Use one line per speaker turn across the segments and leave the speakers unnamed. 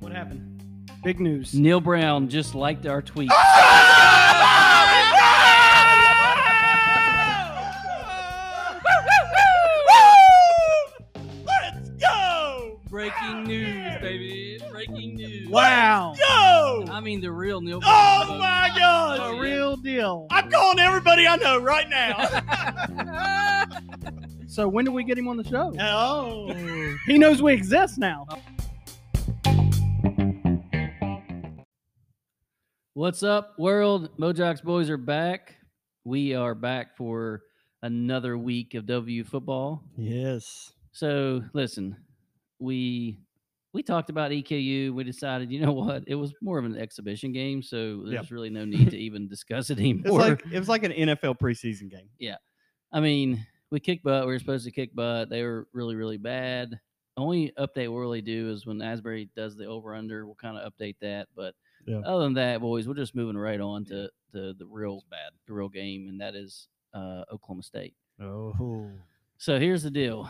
What happened? Big news.
Neil Brown just liked our tweet.
Let's go!
Breaking news, baby. Breaking news.
Wow.
Go!
I mean, the real Neil Brown.
Oh my gosh!
The real deal.
I'm calling everybody I know right now.
So when do we get him on the show?
oh.
He knows we exist now.
What's up, world? Mojox boys are back. We are back for another week of W football.
Yes.
So listen, we we talked about EKU. We decided, you know what, it was more of an exhibition game, so there's really no need to even discuss it anymore.
It's like it was like an NFL preseason game.
I mean, we kicked butt. We were supposed to kick butt. They were really, really bad. Only update we'll really do is when Asbury does the over under. We'll kind of update that. But
Yeah.
other than that, boys, we're just moving right on to, to the real bad, the real game, and that is uh, Oklahoma State.
Oh.
So here's the deal.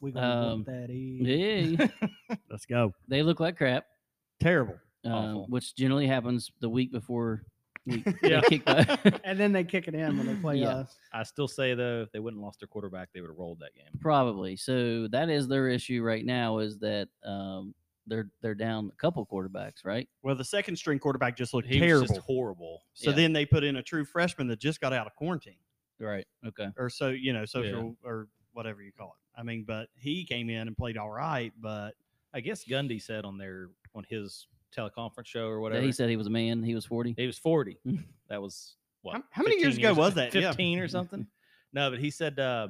We
gonna
gonna
whoop
that
Yeah,
Let's go.
they look like crap,
Terrible.
um,
Awful.
which generally happens the week before we,
Yeah.
we kick butt.
And then they kick it in when they play
Yeah.
us.
I still say though, if they wouldn't lost their quarterback, they would have rolled that game.
Probably. So that is their issue right now is that um, they're they're down a couple quarterbacks, right?
Well, the second string quarterback just looked
He
terrible.
was just horrible.
so
yeah.
then they put in a true freshman that just got out of quarantine,
Right. Okay.
or so you know, social or whatever you call it. I mean, but he came in and played all right, but
I guess Gundy said on their on his teleconference show or
that
whatever
He said he was a man. He was 40.
he was forty. that was what?
How- how many
15
years ago was that? Yeah.
Fifteen or something. no, but he said uh,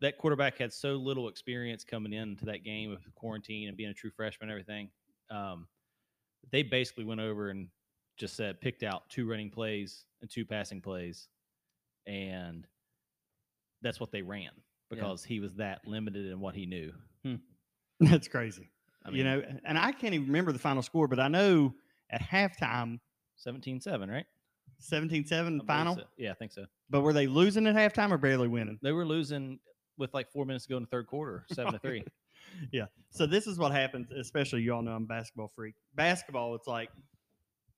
that quarterback had so little experience coming into that game of quarantine and being a true freshman and everything. Um, they basically went over and just said picked out two running plays and two passing plays, and that's what they ran because he was that limited in what he knew.
that's crazy.
I
you
mean-
know, and I can't even remember the final score, but I know at halftime,
17-7, right?
17-7
I believe
final.
so. Yeah, I think so.
But were they losing at halftime or barely winning?
They were losing with like four minutes to go in the third quarter, seven to three.
Yeah. So this is what happens, especially you all know I'm a basketball freak. Basketball, it's like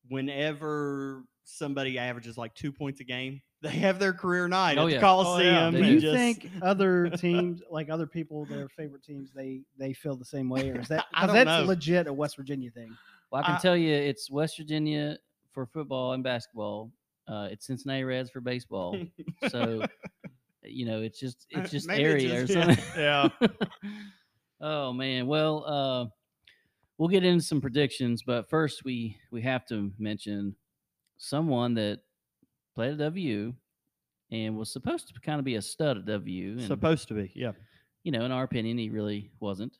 whenever somebody averages like two points a game, they have their career night
Oh,
at
yeah.
the
Oh, yeah.
Coliseum.
Do
They
and
you
just-
think other teams, like other people, their favorite teams, they they feel the same way, or is that
I
'cause
don't
that's
know.
legit a West Virginia thing?
Well, I can
I-
tell you it's West Virginia for football and basketball. Uh, it's Cincinnati Reds for baseball. so, you know, it's just it's just
Maybe
area
just-
or
yeah.
something. oh man. Well, uh, we'll get into some predictions, but first we we have to mention someone that played at W and was supposed to kind of be a stud at W. And,
supposed to be, yeah.
you know, in our opinion, he really wasn't.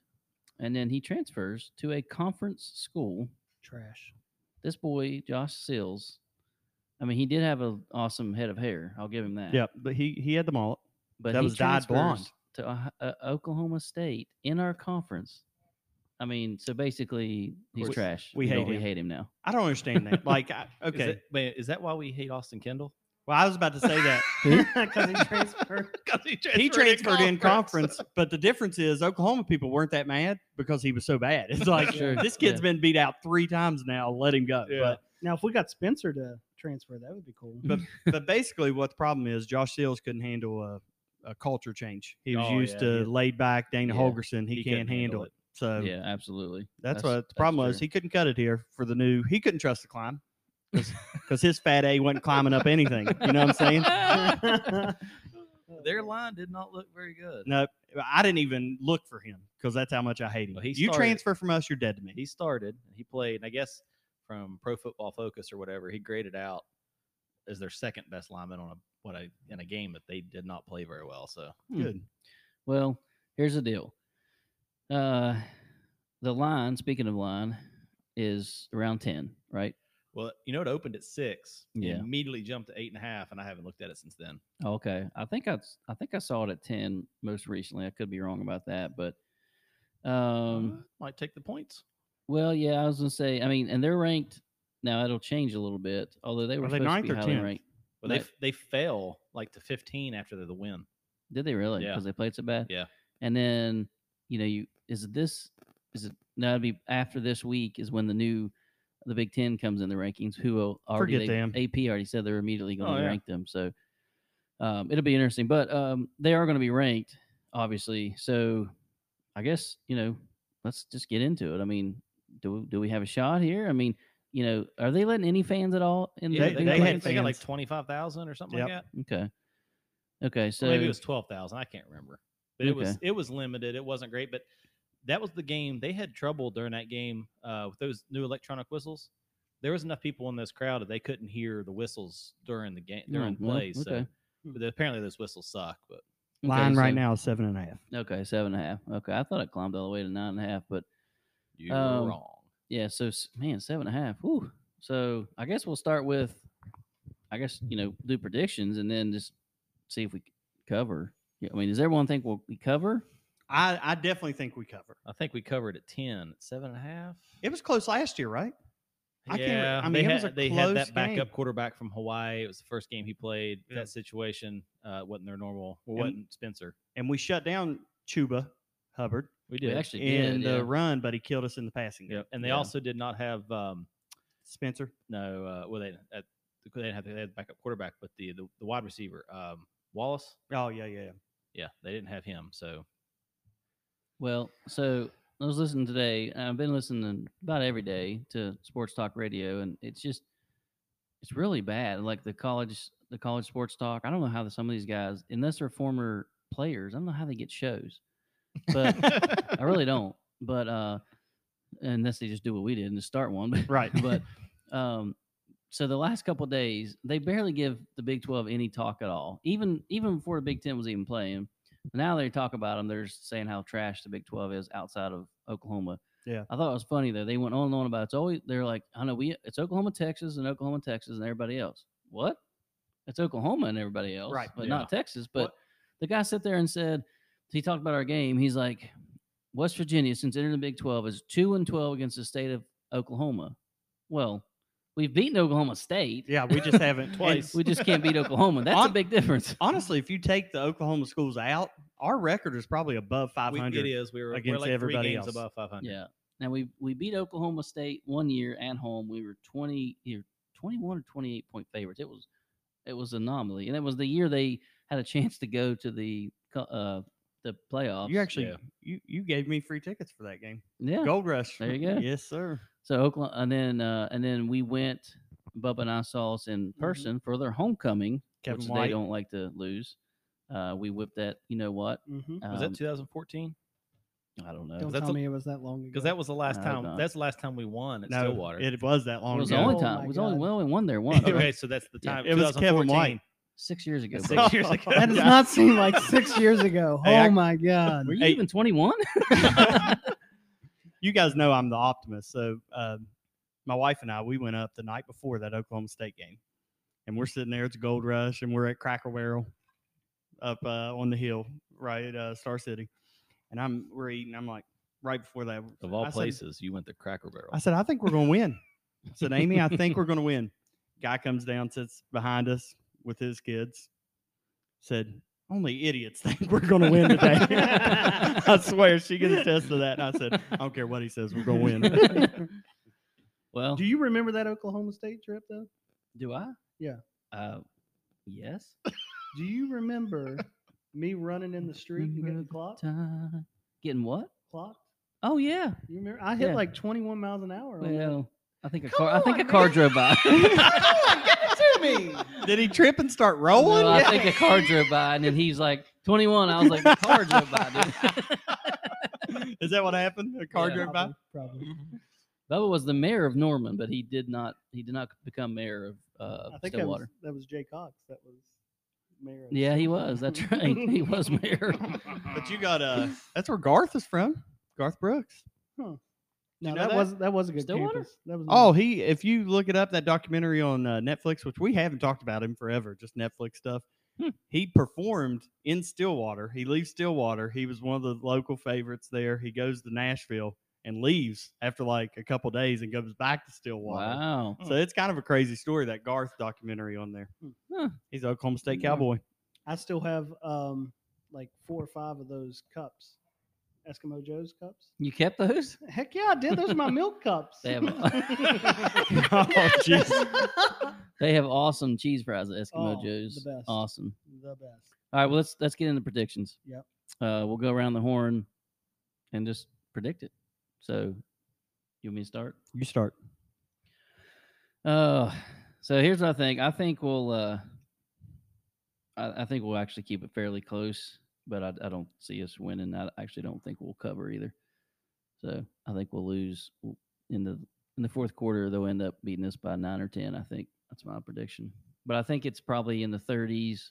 And then he transfers to a conference school.
Trash.
This boy, Josh Sills, I mean, he did have an awesome head of hair. I'll give him that.
Yeah. But he he had them all.
But
that
he
was dyed blonde.
transfers to Ohi- uh, Oklahoma State in our conference. I mean, so basically, he's
course.
trash.
We
don't-
hate
We
him.
hate him now.
I don't understand that. Like I,
Okay. Is
okay.
that, wait, is that why we hate Austin Kendall?
Well, I was about to say that.
Because he transferred.
Because he transferred,
he transferred in conference, but the difference is Oklahoma people weren't that mad because he was so bad. It's like
Sure,
this
yeah.
kid's been beat out three times now. Let him go.
Yeah.
But
Now, if we got Spencer to transfer, that would be cool.
But- but basically, what the problem is, Josh Seals couldn't handle a, a culture change. He was
Oh,
used
yeah,
to
he-
laid back Dana
yeah,
Holgerson. He,
he couldn't
can't
handle
handle
it.
it. So
yeah, absolutely. That's-
that's, what the
that's
problem was.
true.
He couldn't cut it here for the new. He couldn't trust the climb because his fat A wasn't climbing up anything. You know what I'm saying?
Mm-hmm.
Their line did not look very good.
No, I didn't even look for him because that's how much I hate him.
Well, he
you
started-
transfer from us, you're dead to me.
He started, and he played, and I guess from Pro Football Focus or whatever, he graded out as their second best lineman on a what a in a game that they did not play very well. So
Hmm.
Good.
Well, here's the deal. Uh, the line, speaking of line, is around 10, right?
well, you know it opened at six. and
Yeah.
Immediately jumped to eight and a half, and I haven't looked at it since then.
Okay, I think I s- I think I saw it at ten most recently. I could be wrong about that, but
Uh-huh.
um,
might take the points.
well, yeah, I was gonna say. I mean, and they're ranked now. It'll change a little bit, although they were
Are they
supposed to
ninth
be
or
highly
10th?
ranked.
Well, they
No.
f- they fell like to fifteen after the win.
Did they really?
Yeah.
Because they played so bad.
Yeah.
and then you know you is it this is it no it'd be after this week is when the new the Big Ten comes in the rankings. Who will already
Forget
they-
them.
AP already said they're immediately going
Oh,
to
yeah.
rank them. So um, it'll be interesting, but um, they are going to be ranked, obviously. So I guess you know let's just get into it. I mean, do we, do we have a shot here? I mean, you know, are they letting any fans at all in? the
Yeah, they,
Big
they
Ten?
had, they got like
fans.
twenty five thousand or something like that.
Okay. Okay. So
Or maybe it was twelve thousand. I can't remember. But it was
Okay.
it was limited. It wasn't great. But that was the game. They had trouble during that game uh, with those new electronic whistles. There was enough people in this crowd that they couldn't hear the whistles during the game during
Oh, well,
plays. So
hmm, okay.
but apparently those whistles suck. But
okay,
Line right
so-
now is seven and a half.
Okay, seven and a half. Okay, I thought it climbed all the way to nine and a half, but
you're
Um,
wrong.
yeah. So s- man, seven and a half. Whew. So I guess we'll start with, I guess you know, do predictions and then just see if we c- cover. Yeah, I mean, does everyone think we'll we cover?
I, I definitely think we cover.
I think we covered at ten, at seven and a half.
It was close last year, right? I can't re-
yeah,
I mean,
they,
it
had,
was a
they had
close
that backup
game.
quarterback from Hawaii. It was the first game he played.
Yeah.
That situation uh, wasn't their normal. Well,
And-
wasn't Spencer?
And we shut down Chuba Hubbard
We
We
did.
actually
in
did.
the
yeah.
run, but he killed us in the passing. game.
Yep. And they
Yeah.
also did not have um,
Spencer.
no. Uh, well, they at, they didn't have they had the backup quarterback, but the the, the wide receiver um, Wallace.
Oh yeah, yeah. yeah.
Yeah, they didn't have him. So
Well, so I was listening today. and I've been listening about every day to sports talk radio, and it's just it's really bad. Like the college, the college sports talk. I don't know how the, some of these guys, unless they're former players, I don't know how they get shows. But I really don't. But uh, unless they just do what we did and just start one. But
Right.
but um so the last couple of days they barely give the big 12 any talk at all even even before the big 10 was even playing now they talk about them they're just saying how trash the big 12 is outside of oklahoma
Yeah.
i thought it was funny though they went on and on about it's always they're like i know we it's oklahoma texas and oklahoma texas and everybody else what it's oklahoma and everybody else
Right,
but
yeah.
not texas but the guy sat there and said he talked about our game he's like west virginia since entering the big 12 is 2 and 12 against the state of oklahoma well we've beaten Oklahoma State.
yeah, we just haven't
And
twice.
We just can't beat Oklahoma. That's a
Hon-
big difference.
Honestly, if you take the Oklahoma schools out, our record is probably above five
we, it
hundred.
is we were we're
against
like
everybody
three games
else.
above five hundred.
Yeah. Now we we beat Oklahoma State one year at home. We were twenty either twenty one or twenty eight point favorites. It was it was an anomaly, and it was the year they had a chance to go to the co- uh the playoffs.
You actually
Yeah.
you you gave me free tickets for that game.
yeah.
Gold Rush.
There you go.
yes, sir.
So Oklahoma, and then uh, and then we went. Bubba and I saw us in person for their homecoming,
Kevin
which
White.
they don't like to lose. Uh, we whipped that. You know what?
Mhm.
Was
Um,
that 2014?
I don't know.
Don't
that's
tell
a-
me it was that long ago.
Because that was the last
I hope
time.
not.
That's the last time we won at Stillwater.
It was that
It
long
was the
ago.
only
Oh
time.
my
It was only
God.
well, we won there once.
okay, so that's the
Yeah.
time.
It was Kevin White.
2014.
six years ago.
Six
bro.
years ago.
That does not seem like six years ago.
Hey, I-
oh my god!
Were you
Hey.
even 21?
you guys know I'm the optimist. So um, my wife and I, we went up the night before that Oklahoma State game, and we're sitting there. It's Gold Rush, and we're at Cracker Barrel up uh, on the hill, right at uh, Star City. And I'm we're eating. I'm like right before that.
Of all
I said-
places, you went to Cracker Barrel.
I said I think we're going to win. I said Amy, I think we're going to win. Guy comes down, sits behind us with his kids. Said only idiots think we're going to win today. I swear she can attest to that. And I said I don't care what he says, we're going to win.
well,
Do
do,
you remember that Oklahoma State trip though?
I?
Yeah.
Uh, yes.
Do you remember me running in the street and
Remember
getting clocked?
Ta- Getting what?
Clocked?
Oh yeah.
You remember? I hit
Yeah.
like 21 miles an hour. on that.
Well, I think a car. I think a car drove by.
Did he trip and start
No,
rolling?
I think a car drove by, and then he's like 21. I was like, the car drove by, dude.
Is that what happened? A car
Yeah.
drove by?
Probably.
Bubba was the mayor of Norman, but he did not. He did not become mayor of uh,
I think that was,
Stillwater.
that was Jay Cox. That was mayor. of
Yeah, he was. That's right. He was mayor.
But you got uh that's where Garth is from. Garth Brooks.
No,
you know
that,
that?
was that was a good
Stillwater?
campus. That was
Oh,
Mm.
he if you look it up, that documentary on uh, Netflix, which we haven't talked about him forever, just Netflix stuff.
Hmm.
He performed in Stillwater. He leaves Stillwater. He was one of the local favorites there. He goes to Nashville and leaves after like a couple days and goes back to Stillwater.
Wow. Hmm.
So it's kind of a crazy story that Garth documentary on there.
Huh.
He's an Oklahoma State
Yeah.
Cowboy.
I still have um like four or five of those cups, Eskimo Joe's cups.
You kept those?
Heck yeah, I did. Those are my milk cups.
They have a-
Oh, jeez.
They have awesome cheese fries at Eskimo
Oh, the
Joe's.
best.
Awesome.
the best.
All right, well let's let's get into predictions.
Yep.
Uh, we'll go around the horn and just predict it. So, you want me to start?
You start.
Uh, so here's what I think. I think we'll. Uh, I, I think we'll actually keep it fairly close, but I, I don't see us winning. I actually don't think we'll cover either. So I think we'll lose w- in the in the fourth quarter. They'll end up beating us by nine or ten. I think that's my prediction. But I think it's probably in the 30s.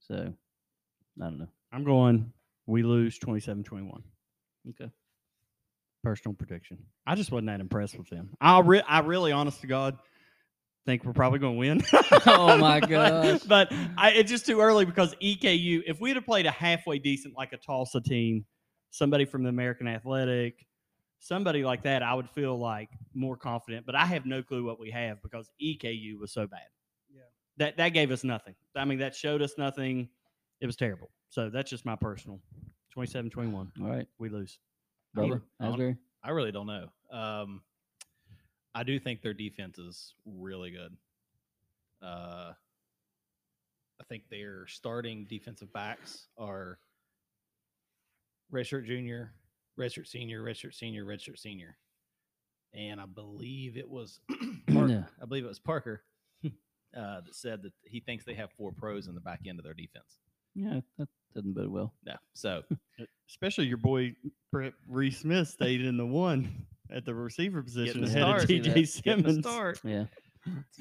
So I don't know.
I'm going. We lose 27 21.
Okay.
Personal prediction. I just wasn't that impressed with them. I, re- I really, honest to God, think we're probably going to win.
Oh, my
But-
gosh.
But I, it's just too early because EKU, if we'd have played a halfway decent, like a Tulsa team, somebody from the American Athletic, somebody like that, I would feel like more confident. But I have no clue what we have because EKU was so bad.
Yeah.
That, that gave us nothing. I mean, that showed us nothing. It was terrible. So that's just my personal 27 21.
All right,
We lose.
brother.
I'll-
Asbury.
I really don't know. Um, I do think their defense is really good. Uh, I think their starting defensive backs are redshirt junior, redshirt senior, redshirt senior, redshirt senior, and I believe it was Parker,
Yeah.
I believe it was Parker uh, that said that he thinks they have four pros in the back end of their defense.
Yeah, that doesn't bode well.
No, so
Especially your boy Brett Reese Smith stayed in the one at the receiver position
the
ahead
start,
of
see that?
TJ
Getting the
Simmons.
start.
Yeah.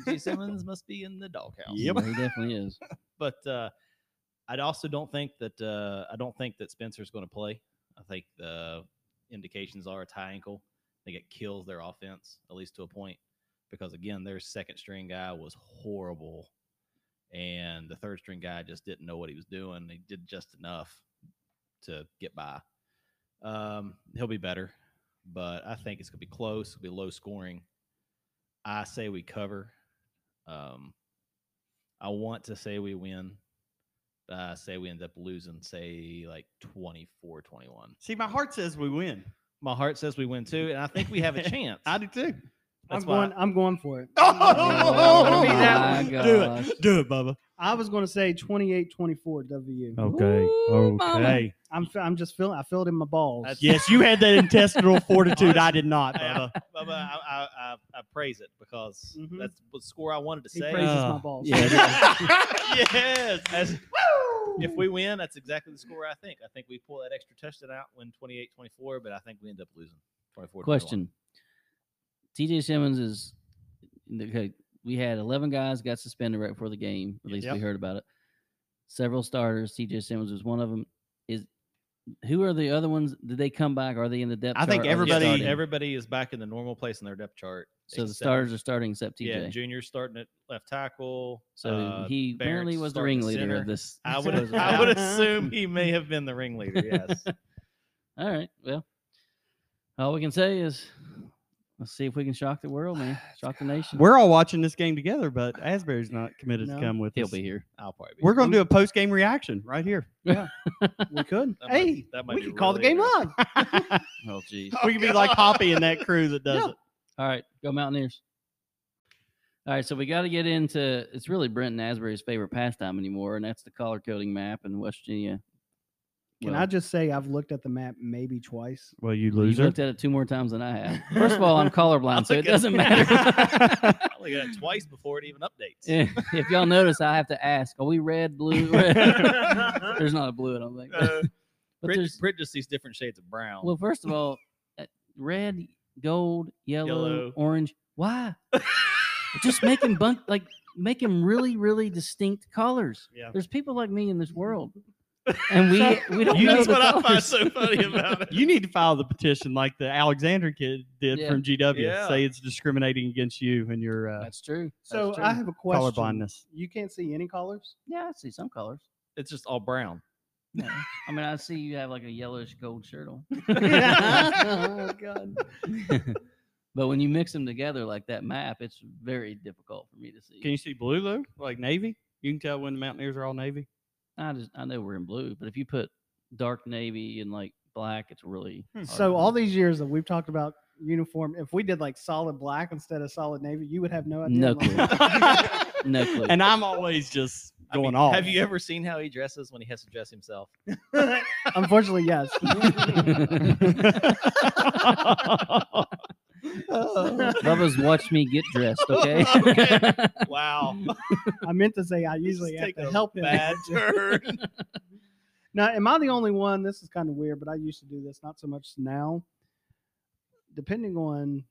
TJ Simmons must be in the doghouse.
Yep.
Yeah, He definitely is.
but uh, I also don't think that uh, I don't think that Spencer's going to play. I think the indications are a high ankle. I think it kills their offense at least to a point because again, their second string guy was horrible, and the third string guy just didn't know what he was doing. He did just enough to get by. Um, he'll be better, but I think it's going to be close. It'll be low scoring. I say we cover. Um, I want to say we win. Uh, say we end up losing, say like 24 21.
See, my heart says we win.
My heart says we win too, and I think we have a chance.
I do too.
That's
I'm
why
going. I'm going for it.
Oh,
Be that
my
do
gosh.
it. Do it, Bubba.
I was going to say 28-24 WU.
Okay.
Ooh, mama.
okay.
I'm. fe- I'm just feeling. I feel it in my balls.
That's-
Yes, you had that intestinal fortitude. I did not,
Hey, I,
Bubba.
Bubba, I, I, I, I praise it because
Mhm.
that's the score I wanted to
he
say.
praises my
Uh,
balls.
yeah,
yes. That's- if we win, that's exactly the score I think. I think we pull that extra touchdown out, win 28 24, but I think we end up losing 24
Question: T.J. Simmons is okay. We had eleven guys got suspended right before the game. At least we
Yep.
heard about it. Several starters. T.J. Simmons was one of them. Is who are the other ones? Did they come back? Are they in the depth?
I think
chart? Are they
everybody-
starting?
everybody is back in the normal place in their depth chart.
So the
except-
starters are starting except T.J.
Yeah, junior's starting at left tackle.
so
uh,
he apparently
Barrett's
was the
starting
ringleader
center.
of this.
I would,
supposed
I would
riot.
assume he may have been the ringleader. Yes.
All right. Well, all we can say is let's see if we can shock the world, man. Shock the nation.
We're all watching this game together, but Asbury's not committed
No.
to come with
He'll
us.
be here.
I'll probably be.
We're going to do a post game reaction right here.
we could.
That might-
hey,
that might
we
be
could call the
really
game
aggressive.
live.
Oh, jeez.
we can be like Hoppy in that crew that does
Yeah.
it.
All right, go Mountaineers. All right, so we got to get into it's really Brent Asbury's favorite pastime anymore, and that's the color coding map in West Virginia.
Can
Well,
I just say I've looked at the map maybe twice.
Well, you
you looked at it two more times than I have. First of all, I'm colorblind, so it doesn't matter.
I look at it twice before it even updates.
if if y'all notice, I have to ask: Are we red, blue? Red? there's not a blue, I don't think.
Uh,
but
Brit,
there's
Brit just sees different shades of brown.
well, first of all, uh, red, gold, yellow,
Yellow.
orange. Why? Just make them bun- like make them really, really distinct colors.
yeah.
There's people like me in this world, and we we don't
You-
know
That's
the
what I find
colors.
so funny about it.
You need to file the petition like the Alexander kid did
Yeah.
from GW.
Yeah.
Say it's discriminating against you and your uh,
That's true.
So
That's
I
true.
have a question.
colorblindness.
You can't see any colors.
yeah, I see some colors.
it's just all brown.
Yeah. I mean, I see you have like a yellowish gold shirt on,
oh God.
but when you mix them together like that map, it's very difficult for me to see.
Can you see blue though? Like navy? You can tell when the Mountaineers are all navy.
I just I know we're in blue, but if you put dark navy and like black, it's really hard to
So all
remember.
these years that we've talked about uniform, if we did like solid black instead of solid navy, you would have no idea.
No
I'm like,
no clue.
and I'm always just
I
going
mean,
off.
Have you ever seen how he dresses when he has to dress himself?
Unfortunately, yes.
Bubba's watched me get dressed. Okay.
Okay. Wow.
I meant to say I usually have
taking
to
a
help him.
Bad turn.
Now, am I the only one? This is kind of weird, but I used to do this, not so much now. Depending on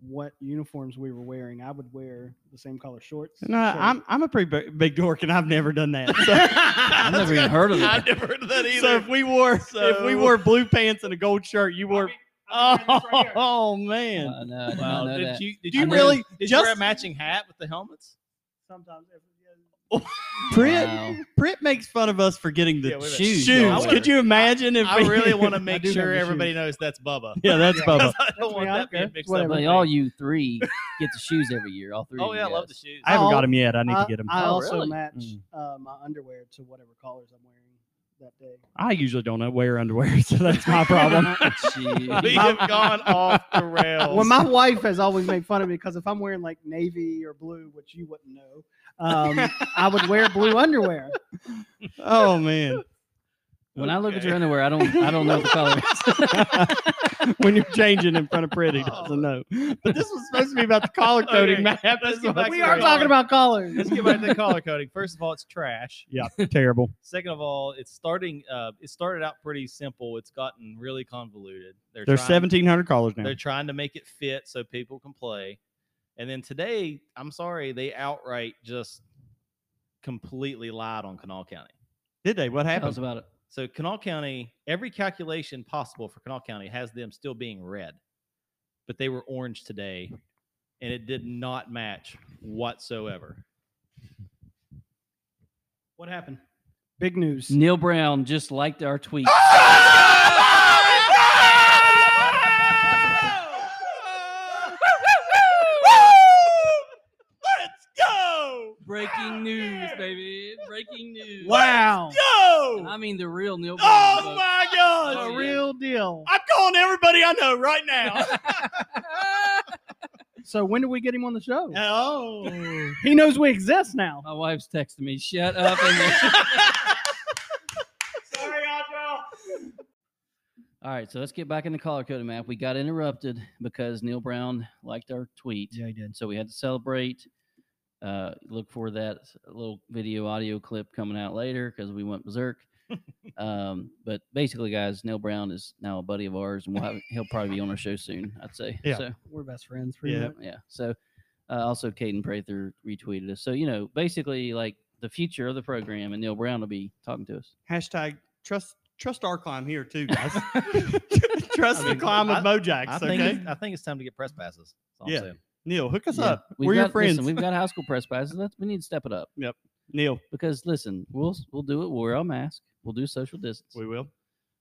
what uniforms we were wearing, I would wear the same color shorts.
no,
shirt.
I'm I'm a pretty bi- big dork, and I've never done that. So,
I've
never even heard of
I've
that.
never heard of that either.
so if we wore if we
So-
wore blue pants and a gold shirt, you wore.
I'm wearing
Oh,
this right here.
man!
Uh, no, I did not
wow.
know
Did
that.
you, did
Do
you
you
wear-
really
Did you wear a
just
matching hat with the helmets?
sometimes if- yeah,
Pritt,
Wow.
Pritt makes fun of us for getting the
Yeah, wait a
shoes.
minute. Shoes.
Could you imagine if
I
we-
really want to
I
make
do have
sure
the
everybody knows that's Bubba.
yeah, that's Bubba.
I
That's
don't want
me, I don't
that
care.
being
It's
mixed
whatever.
up.
But
with
all
me.
you three get the shoes every year. All three.
Oh
of
yeah, I
you
love the
guys.
shoes.
I haven't
I'll-
got them yet. I need
I,
to get Mm. them.
I
Oh,
also
really?
match uh, my underwear to whatever colors I'm wearing that day.
I usually don't know wear underwear, so that's my problem.
Jeez.
we have gone off the rails.
Well, my wife has always made fun of me because if I'm wearing like navy or blue, which you wouldn't know, um, I would wear blue underwear.
oh man,
When I look at
Okay.
your underwear, I don't I don't know the color.
when you're changing in front of Pritt, he doesn't know. But this was supposed to be about the collar coding,
Okay,
Matt.
let's
This
get
was-
back
We
to
are
the
talking about colors.
Let's get back to the color coding. First of all, it's trash.
yeah, terrible.
Second of all, it's starting. Uh, it started out pretty simple. It's gotten really convoluted. They're
There's
trying-
1,700 collars now.
They're trying to make it fit so people can play. And then today, I'm sorry, they outright just completely lied on Canal County.
Did they? What
Tell us
happened?
about it.
So Canal County, every calculation possible for Canal County has them still being red, but they were orange today, and it did not match whatsoever.
What happened? Big news.
Neil Brown just liked our tweet.
Ah!
Let's go!
Breaking news, baby. Breaking news.
Wow.
And I
Go!
mean the real Neil Brown.
Oh
folks.
my God!
The
yeah.
real deal.
I'm calling everybody I know right now.
So when do we get him on the show?
Oh,
He knows we exist now.
My wife's texting me, shut up. And
Sorry, Audra.
All right, so let's get back in the color coded map. We got interrupted because Neil Brown liked our tweet.
Yeah, he did.
And so we had to celebrate. Uh, look for that little video audio clip coming out later because we went berserk. um, but basically, guys, Neil Brown is now a buddy of ours, and we'll have, he'll probably be on our show soon. I'd say.
Yeah.
So
We're best friends. Pretty
Yeah.
much.
yeah. So uh, also, Caden Prather retweeted us. So you know, basically, like the future of the program, and Neil Brown will be talking to us.
hashtag trust trust our climb here too, guys. trust the climb of
I-
Mojax.
I think
Okay,
it's, I think it's time to get press passes. That's all I'm
Yeah.
saying.
Neil, hook us
Yeah.
up.
We've
We're your
got-
friends.
Listen, we've got high school press passes. Let's, we need to step it up
Neil,
because listen, we'll s- we'll do it. We'll wear our mask. We'll do social distance.
we will.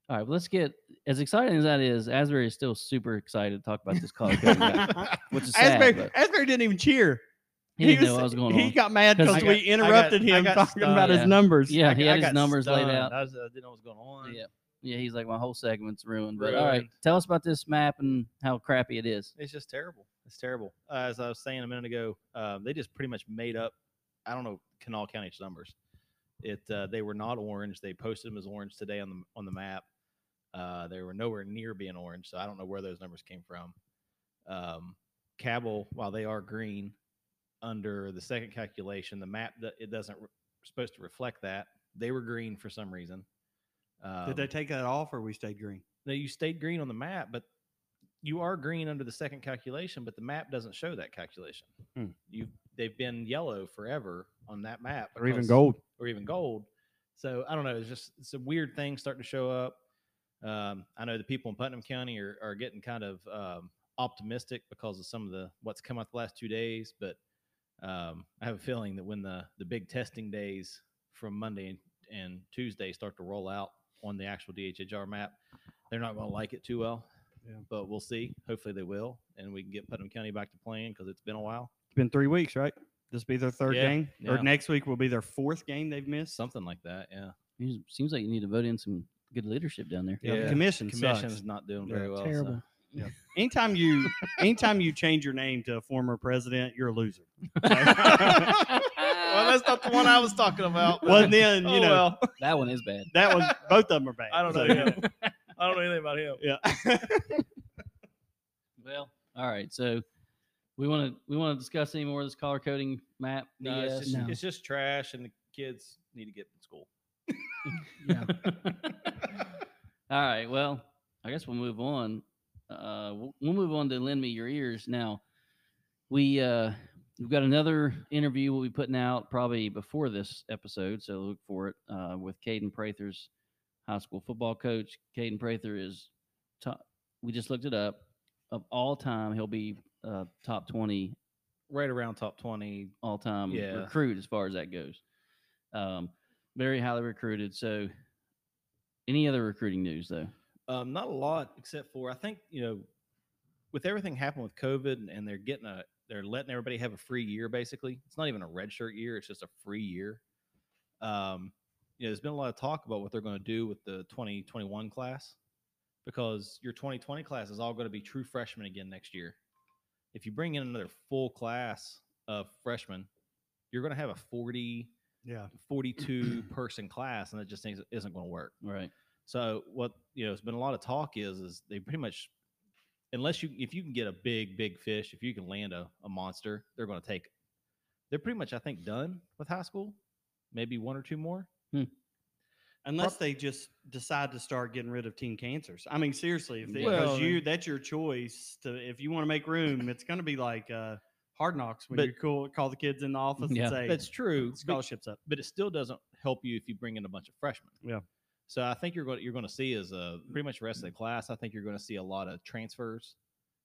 All right, well, let's get as exciting as that is. Asbury is still super excited to talk about this college, coding guy, which is uh, sad.
Asbury,
but
Asbury didn't even cheer.
he didn't know what was going
he
on.
got mad
'Cause
because
I
we
got- I got-
interrupted
I
him
got
talking about
stung.
his numbers.
yeah,
I-
he
I
had his
got
numbers laid
stunned.
out.
I, was, I didn't know what was going on.
Yeah, yeah, he's like my whole segment's ruined. But all right,
Ruined.
tell us about this map and how crappy it is.
It's just terrible. It's terrible. Uh, as I was saying a minute ago, um, they just pretty much made up. I don't know Canal County's numbers. It uh, they were not orange. They posted them as orange today on the on the map. Uh, they were nowhere near being orange, so I don't know where those numbers came from. Um, Cabell, while they are green, under the second calculation, the map that it doesn't re- supposed to reflect that they were green for some reason. Um,
Did they take that off or we stayed green?
no, you stayed green on the map, but you are green under the second calculation, but the map doesn't show that calculation.
Hmm.
You they've been yellow forever on that map,
Or even
because-
gold?
or
Mm-hmm.
even gold. So I don't know. It's just it's a weird thing starting to show up. Um, I know the people in Putnam County are, are getting kind of um, optimistic because of some of the what's come out the last two days, but um, I have a feeling that when the the big testing days from Monday and, and Tuesday start to roll out on the actual DHHR map, they're not going to like it too well.
Yeah.
But we'll see. Hopefully they will, and we can get Putnam County back to playing because it's been a while.
It's been three weeks, right? This be their third
Yeah,
game,
yeah.
or next week will be their fourth game they've missed.
something like that. Yeah,
You- Seems like you need to vote in some good leadership down there.
Yeah,
Yeah.
The commission,
commission's
sucks.
not doing
Yeah,
very well. so-
Terrible.
Anytime you, anytime you change your name to a former president, you're a loser.
well, that's not the one I was talking about. but-
well, then
oh,
you know
well.
That one is bad.
that one. Both of them are bad.
I don't
so,
know him. I don't know anything about him.
Yeah.
Well, all right. So we want to we want to discuss any more of this color coding map.
No,
BS?
it's just,
No.
it's just trash, and the kids need to get to school.
Yeah.
All right. Well, I guess we'll move on. Uh, we'll, we'll move on to lend me your ears. Now, we uh, we've got another interview we'll be putting out probably before this episode, so look for it uh, with Caden Prather's high school football coach. Caden Prather is top. We just looked it up. Of all time, he'll be uh, top twenty
Right around top twenty.
all time
Yeah.
recruit as far as that goes. Um, very highly recruited. So, any other recruiting news though?
Um, not a lot, except for I think you know, with everything happening with COVID, and- and they're getting a, they're letting everybody have a free year. Basically, it's not even a redshirt year; it's just a free year. Um, you know, there's been a lot of talk about what they're going to do with the 2021 class, because your 2020 class is all going to be true freshmen again next year. If you bring in another full class of freshmen, you're going to have a 40
yeah.
42 person class and that just isn't- isn't going to work
Right.
so what you know it's been a lot of talk is is they pretty much unless you if you can get a big big fish if you can land a, a monster they're going to take it. they're pretty much i think done with high school maybe one or two more
Unless they just decide to start getting rid of teen cancers. I mean, seriously, if they,
Yeah.
because
Well,
you that's your choice to if you want to make room, it's going to be like uh, hard knocks when
But-
you call, call the kids in the office
Yeah.
and say
that's true but,
scholarships up.
but it still doesn't help you if you bring in a bunch of freshmen
Yeah.
so i think you're going you're going to see is a pretty much the rest of the class i think you're going to see a lot of transfers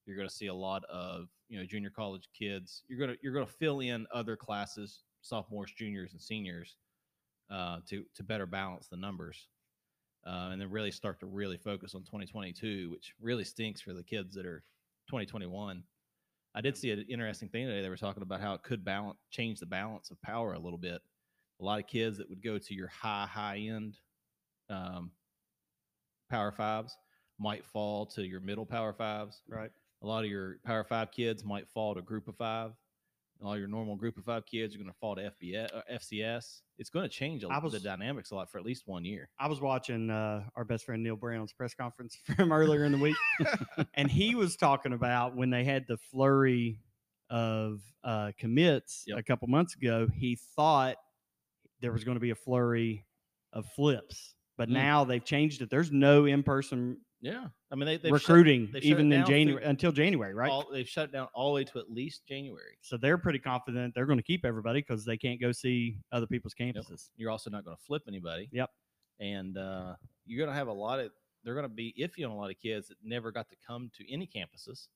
you're going to see a lot of you know junior college kids you're going to you're going to fill in other classes sophomores juniors and seniors uh, to to better balance the numbers uh, and then really start to really focus on 2022 which really stinks for the kids that are 2021 i did see an interesting thing today they were talking about how it could balance change the balance of power a little bit a lot of kids that would go to your high high end um, power fives might fall to your middle power fives
Right.
a lot of your power five kids might fall to group of five and all your normal group of five kids are going to fall to FBS, or fcs it's going to change a,
I
lot the
was-
dynamics a lot for at least one year
I was watching uh, our best friend Neil Brown's press conference from earlier in the week, and he was talking about when they had the flurry of uh, commits
Yep.
a couple months ago. He thought there was going to be a flurry of flips, but
Mm.
now they've changed it. There's no in-person
yeah i mean they, they've shut-
recruiting
they've shut it
even in
down through-
January until January, right?
all, they've shut it down all the way to at least january
so they're pretty confident they're going to keep everybody because they can't go see other people's campuses.
you're also not going to flip anybody.
Yep.
And uh, you're going to have a lot of they're going to be iffy on a lot of kids that never got to come to any campuses,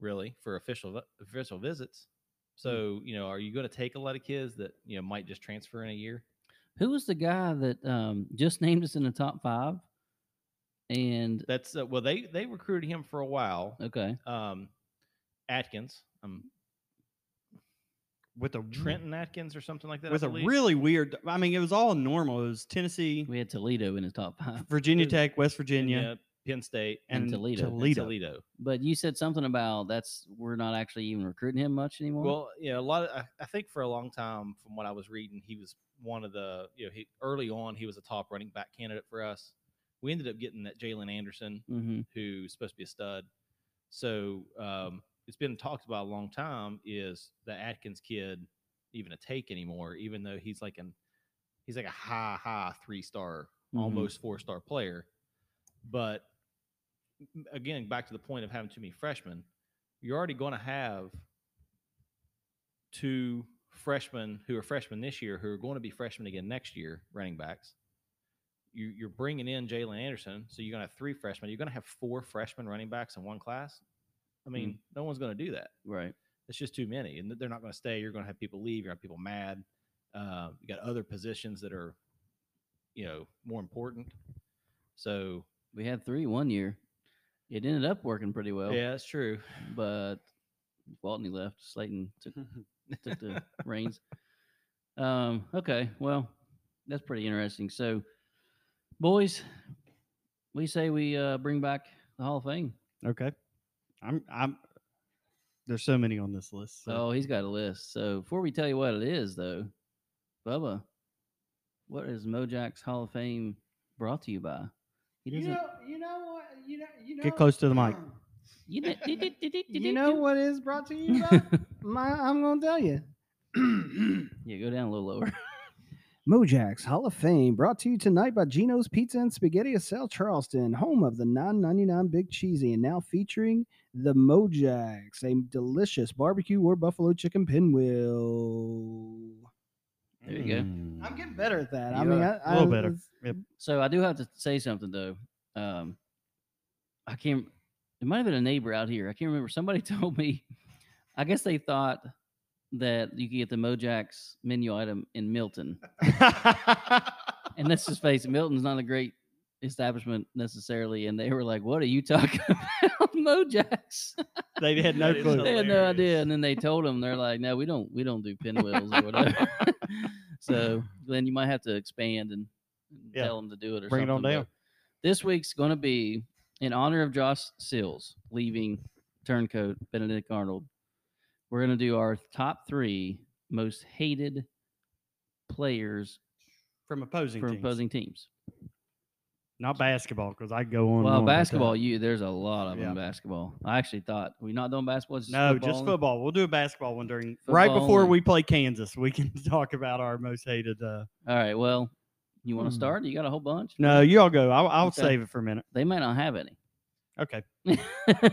really, for official vi- official visits. So
Hmm.
you know, are you going to take a lot of kids that you know might just transfer in a year?
Who was the guy that um, just named us in the top five? And
That's uh, well, they they recruited him for a while.
okay,
Uh
Um, Atkins, um,
With a
Trenton Atkins or something like that. I
Hmm. with a
believe.
really weird. I mean, it was all normal. It was Tennessee,
we had Toledo in the top five.
Virginia
Dude.
Tech, West Virginia,
Virginia, uh, Penn State,
and,
and
Toledo.
Toledo.
and
Toledo.
Toledo.
But you said something about that's we're not actually even recruiting him much anymore.
Well, yeah, a lot. Of, I, I think for a long time, from what I was reading, he was one of the you know he early on he was a top running back candidate for us. We ended up getting that Jalen Anderson,
mm-hmm.
who's supposed to be a stud. So um, it's been talked about a long time. Is the Atkins kid even a take anymore? Even though he's like an he's like a high high three star
mm-hmm.
almost four star player. But m- again, back to the point of having too many freshmen, you're already going to have two freshmen who are freshmen this year who are going to be freshmen again next year, running backs. You, you're bringing in Jalen Anderson, so you're going to have three freshmen. You're going to have four freshmen running backs in one class. I mean, no one's going to do that.
right.
It's just too many, and they're not going to stay. You're going to have people leave. You're going to have people mad. Uh, you got other positions that are, you know, more important. So
We had three one year. It ended up working pretty well.
yeah, that's true.
But Waltney left. Slayton took took the reins. Um, okay, well, that's pretty interesting. So, boys, we say we uh, bring back the Hall of Fame.
Okay. I'm I'm there's so many on this list. So
Oh, he's got a list. So before we tell you what it is, though, Bubba, what is Mojack's Hall of Fame brought to you by? He
You
doesn't.
know, you know what? You know, you know.
Get close to the mic.
You know,
You know what is brought to you by? My, I'm going to tell you.
Yeah, go down a little lower.
Mojack's Hall of Fame brought to you tonight by Gino's Pizza and Spaghetti of South Charleston, home of the 9.99 Big Cheesy, and now featuring the Mojack's, a delicious barbecue or buffalo chicken pinwheel.
There you
Mm-hmm.
go.
Mm.
I'm getting better at that. I
You
mean,
are.
I,
A little
I-
better.
it's-
Yep.
So I do have to say something though. Um, I can't. It might have been a neighbor out here. I can't remember. Somebody told me. I guess they thought that you could get the Mojack's menu item in Milton, and let's just face it, Milton's not a great establishment necessarily. And they were like, "What are you talking about, Mojack's?"
They had no
That is
clue.
they had no idea.
hilarious.
And then they told them, they're like, "No, we don't. We don't do pinwheels or whatever." so Glenn, you might have to expand and
Yeah.
tell them to do it or
Bring it on
something, but
down.
This week's going to be in honor of Josh Sills leaving Turncoat Benedict Arnold. We're going to do our top three most hated players
From opposing
from
teams.
opposing teams.
Not basketball, because I go on. and on
Well,
with that.
basketball, you there's a lot of them.
Yeah.
Basketball. I actually thought we not doing basketball. Just
No,
football
just
and-
football. We'll do a basketball one during right
Football
before
and-
we play Kansas. We can talk about our most hated. Uh,
All right. Well, you want to
Hmm.
start? You got a whole bunch.
no, you all go. I'll, I'll
Okay.
save it for a minute.
They may not have any.
Okay.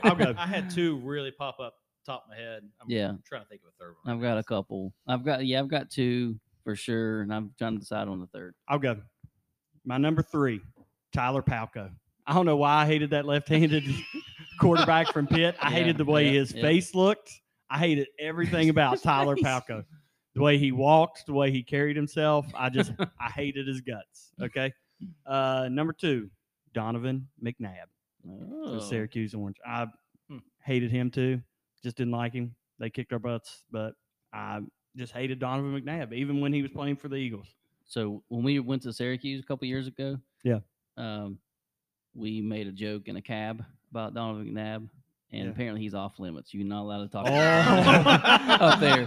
I'll
go.
I had two really pop up top of my head. I'm
Yeah.
trying to think of a third one.
I've got a couple. I've got yeah, I've got two for sure, and I'm trying to decide on the third.
I'll go. My number three, Tyler Palco. I don't know why I hated that left-handed quarterback from Pitt. I
Yeah,
hated the way
yeah,
his
yeah.
face looked. I hated everything about
His
Tyler
face.
Palco. The way he walked, the way he carried himself. I just I hated his guts. Okay. Uh number two, Donovan McNabb.
Oh. Hmm.
the Syracuse Orange. I hated him too. Just didn't like him. They kicked our butts, but I just hated Donovan McNabb, even when he was playing for the Eagles.
So when we went to Syracuse a couple years ago,
Yeah.
um, we made a joke in a cab about Donovan McNabb, and
Yeah.
apparently he's off limits. You're not allowed to talk about him
Oh.
up there.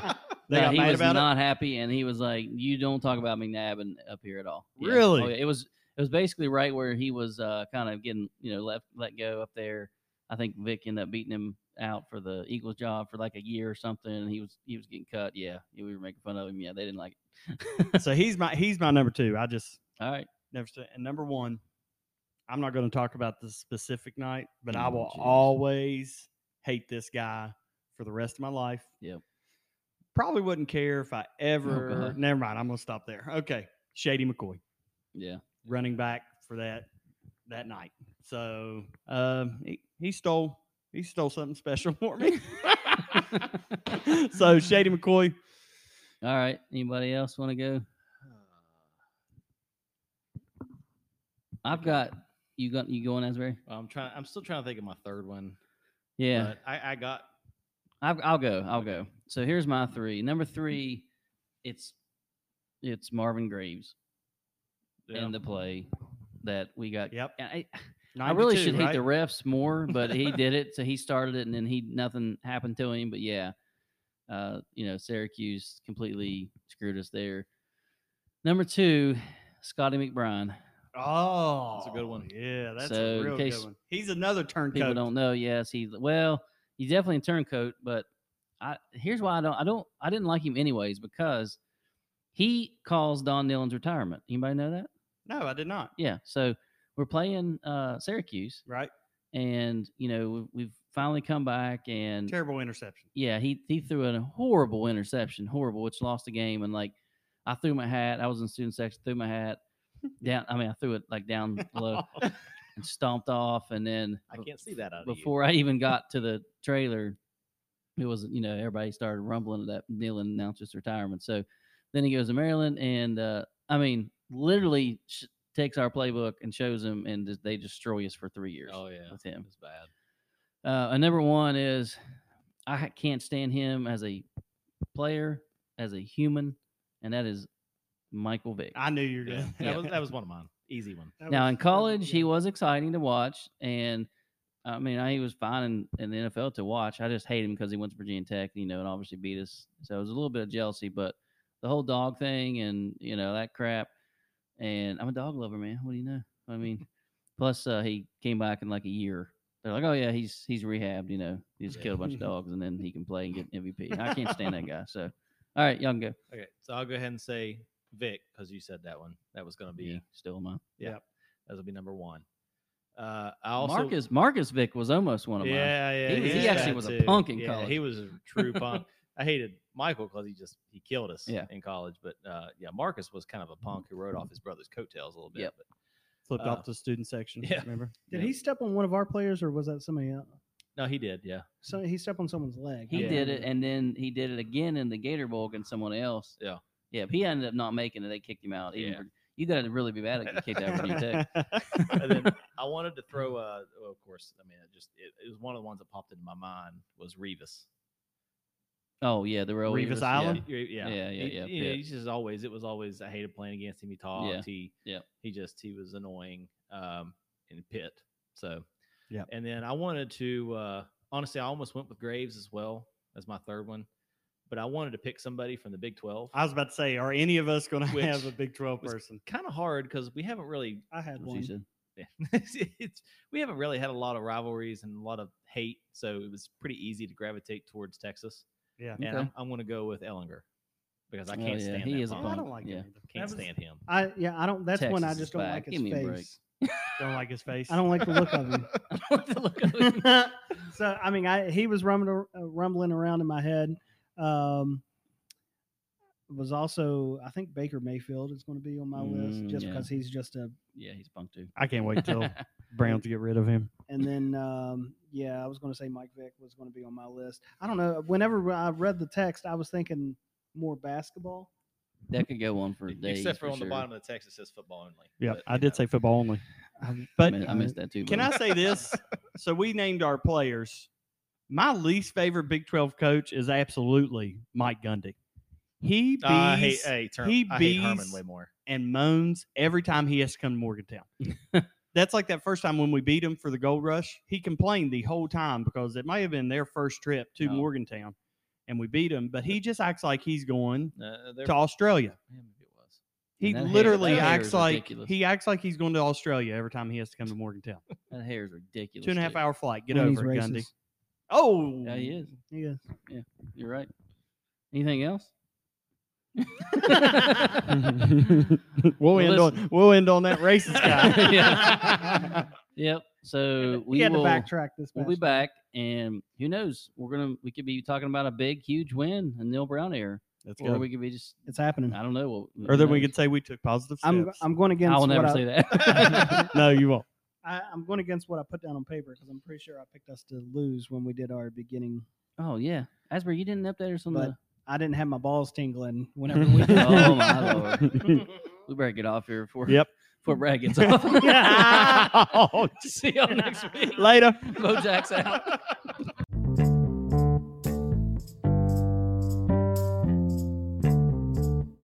They
No,
got
he
mad
was
about
not happy, and he was like, "You don't talk about McNabb and up here at all." Yeah. Oh,
Really?
yeah. It was it was basically right where he was uh, kind of getting you know left let go up there. I think Vic ended up beating him out for the Eagles job for like a year or something. And he was he was getting cut. Yeah, we were making fun of him. Yeah, they didn't like
it. So he's my he's my number two. I just
it. All right,
never stood. And number one, I'm not going to talk about the specific night, but I
Oh,
will
jeez.
always hate this guy for the rest of my life.
Yep. Oh,
Probably wouldn't care if I ever.
God.
never mind. I'm going to stop there. Okay. Shady McCoy.
yeah,
running back for that that night. So um, he, he stole he stole something special for me. so Shady McCoy,
all right. Anybody else want to go? I've got you. Got you going, Asbury?
I'm trying. I'm still trying to think of my third one.
Yeah.
but I, I got
I've, I'll go. I'll go. So here's my three. Number three, it's it's Marvin Graves
yeah.
in the play that we got.
Yep.
And I, I really should hate the
right?
refs more, but he did it. So he started it, and then he nothing happened to him. But yeah, uh, you know, Syracuse completely screwed us there. Number two, Scotty McBride.
Oh,
That's a good one.
Yeah, that's
So,
a
in
real
case
good one. He's another
people
turncoat.
don't know. Yes, he well, he's definitely a turncoat, but I here's why I don't I don't I didn't like him anyways because he calls Don Dillon's retirement. Anybody know that?
No, I did not.
Yeah. So we're playing uh Syracuse
Right?
and you know we've, we've finally come back and
Terrible interception.
yeah, he he threw in a horrible interception, horrible, which lost the game. And like, I threw my hat. I was in student section, threw my hat down. I mean, I threw it like down low and stomped off. And then
I
b-
can't see that out of you.
before I even got to the trailer, it was you know everybody started rumbling that Neil announced his retirement. So then he goes to Maryland, and uh, I mean, literally sh- takes our playbook and shows him, and just, they destroy us for three years.
Oh yeah,
with him.
It's bad.
Uh, and number one is I ha- can't stand him as a player, as a human, and that is Michael Vick.
I knew you were
Yeah,
going.
that was that was one of mine. Easy one.
That
now
was-
in
that was
college, he
good.
was exciting to watch, and I mean, I, he was fine in, in the NFL to watch. I just hate him because he went to Virginia Tech, you know, and obviously beat us. So it was a little bit of jealousy, but the whole dog thing and you know that crap. And I'm a dog lover, man. What do you know? I mean, plus uh, he came back in like a year. They're like, oh yeah, he's he's rehabbed. You know, he just killed a bunch of dogs, and then he can play and get MVP. I can't stand that guy. So, all right, y'all can go.
Okay, so I'll go ahead and say Vic because you said that one. That was going to be
Yeah, still mine.
yeah. That will be number one. Uh, I also
Marcus Marcus Vick was almost one of mine.
Yeah, yeah.
He was- he actually
that
was a punk in
yeah,
college.
He was a true punk. I hated Michael because he just he killed us
Yeah.
in college. But uh, yeah, Marcus was kind of a punk who rode off his brother's coattails a little bit.
Yep.
But
Flipped
Uh,
off the student section.
yeah.
Remember?
Did he step on one of our players, or was that somebody else?
no, he did. Yeah,
So he stepped on someone's leg. I
He
Yeah.
did
remember
it,
that.
and then he did it again in the Gator Bowl against someone else.
Yeah.
Yeah, but he ended up not making it. They kicked him out. Even
Yeah.
for, you got to really be bad at getting kicked out of Virginia Tech.
and then I wanted to throw. Uh, well, of course, I mean, it just it, it was one of the ones that popped into my mind was Revis.
Oh yeah, the real
Revis
Revis,
Island?
Yeah, yeah,
Yeah, yeah,
He-
yeah,
you know,
yeah.
he's just always. It was always. I hated playing against him. He talked. He
yeah.
He just he was annoying. Um, in pit. So
Yep.
And then I wanted to uh, honestly, I almost went with Graves as well as my third one, but I wanted to pick somebody from the Big Twelve.
I was about to say, are any of us going to
Which
have a Big 12
was-
person?
kind of hard because we haven't really
I had
What she
one.
said.
it's we haven't really had a lot of rivalries and a lot of hate, so it was pretty easy to gravitate towards Texas.
Yeah.
And
Okay.
I'm, I'm going to go with Ellinger because I
Oh,
can't
yeah,
stand
he
that
is a
punk.
Oh, I
punk.
don't like
yeah.
him either.
Can't
That was-
stand him.
I yeah, I don't. That's when I
Texas is
just don't
back.
like his
Give me a break.
face.
Don't like his face.
I don't like the look of him.
The look of him.
so I mean, I he was rumbling, uh, rumbling around in my head. Um, was also I think Baker Mayfield is going to be on my list
Mm,
just
yeah.
because he's just a.
yeah, he's punk too.
I can't wait till Browns get rid of him.
And then um, yeah, I was going to say Mike Vick was going to be on my list. I don't know. Whenever I read the text, I was thinking more basketball.
That could go on for
E-
days.
Except for, on
sure.
the bottom of the text, it says football only.
Yeah,
but,
I
you
did
know,
say football only.
I-
I,
But
mi- I missed that too.
can I
but-
say this? So we named our players. My least favorite Big 12 coach is absolutely Mike Gundy. He bees
Uh,
Ah,
I hate, I hate Term-
he
I hate Herman
bees-
way more.
and moans every time he has to come to Morgantown. That's like that first time when we beat him for the gold rush. He complained the whole time because it may have been their first trip to
Oh.
Morgantown and we beat him, but he just acts like he's going
Uh, they're-
to Australia.
Yeah, maybe it was.
He
that hair-
literally
that hair
acts
is
like
ridiculous.
he acts like he's going to Australia every time he has to come to Morgantown.
That hair is ridiculous.
Two and a half
dude.
hour flight. Get
when he's
over it, Gundy.
racist.
Oh,
Yeah, he is.
Yeah.
You're right. Anything else?
we'll, end
listen.
on we'll end on that racist guy.
Yeah. yep. So we
he had
will.
to backtrack this.
We'll be
past-
back, and who knows? We're gonna we could be talking about a big, huge win in Neil Brown era,
Let's
or
go.
we could be just
It's happening.
I don't know. Well,
Mm. Or then we could say we took positive steps.
I'm I'm going against.
I will
what
never say that.
I-
no, you won't.
I, I'm going against what I put down on paper because I'm pretty sure I picked us to lose when we did our beginning.
oh yeah, Asbury, you didn't update us on
But
the.
I didn't have my balls tingling whenever we. did
Oh
that.
my lord. We better get off here before
Yep.
before Brad gets off.
Oh,
See y'all next week.
Later.
Bojack's out.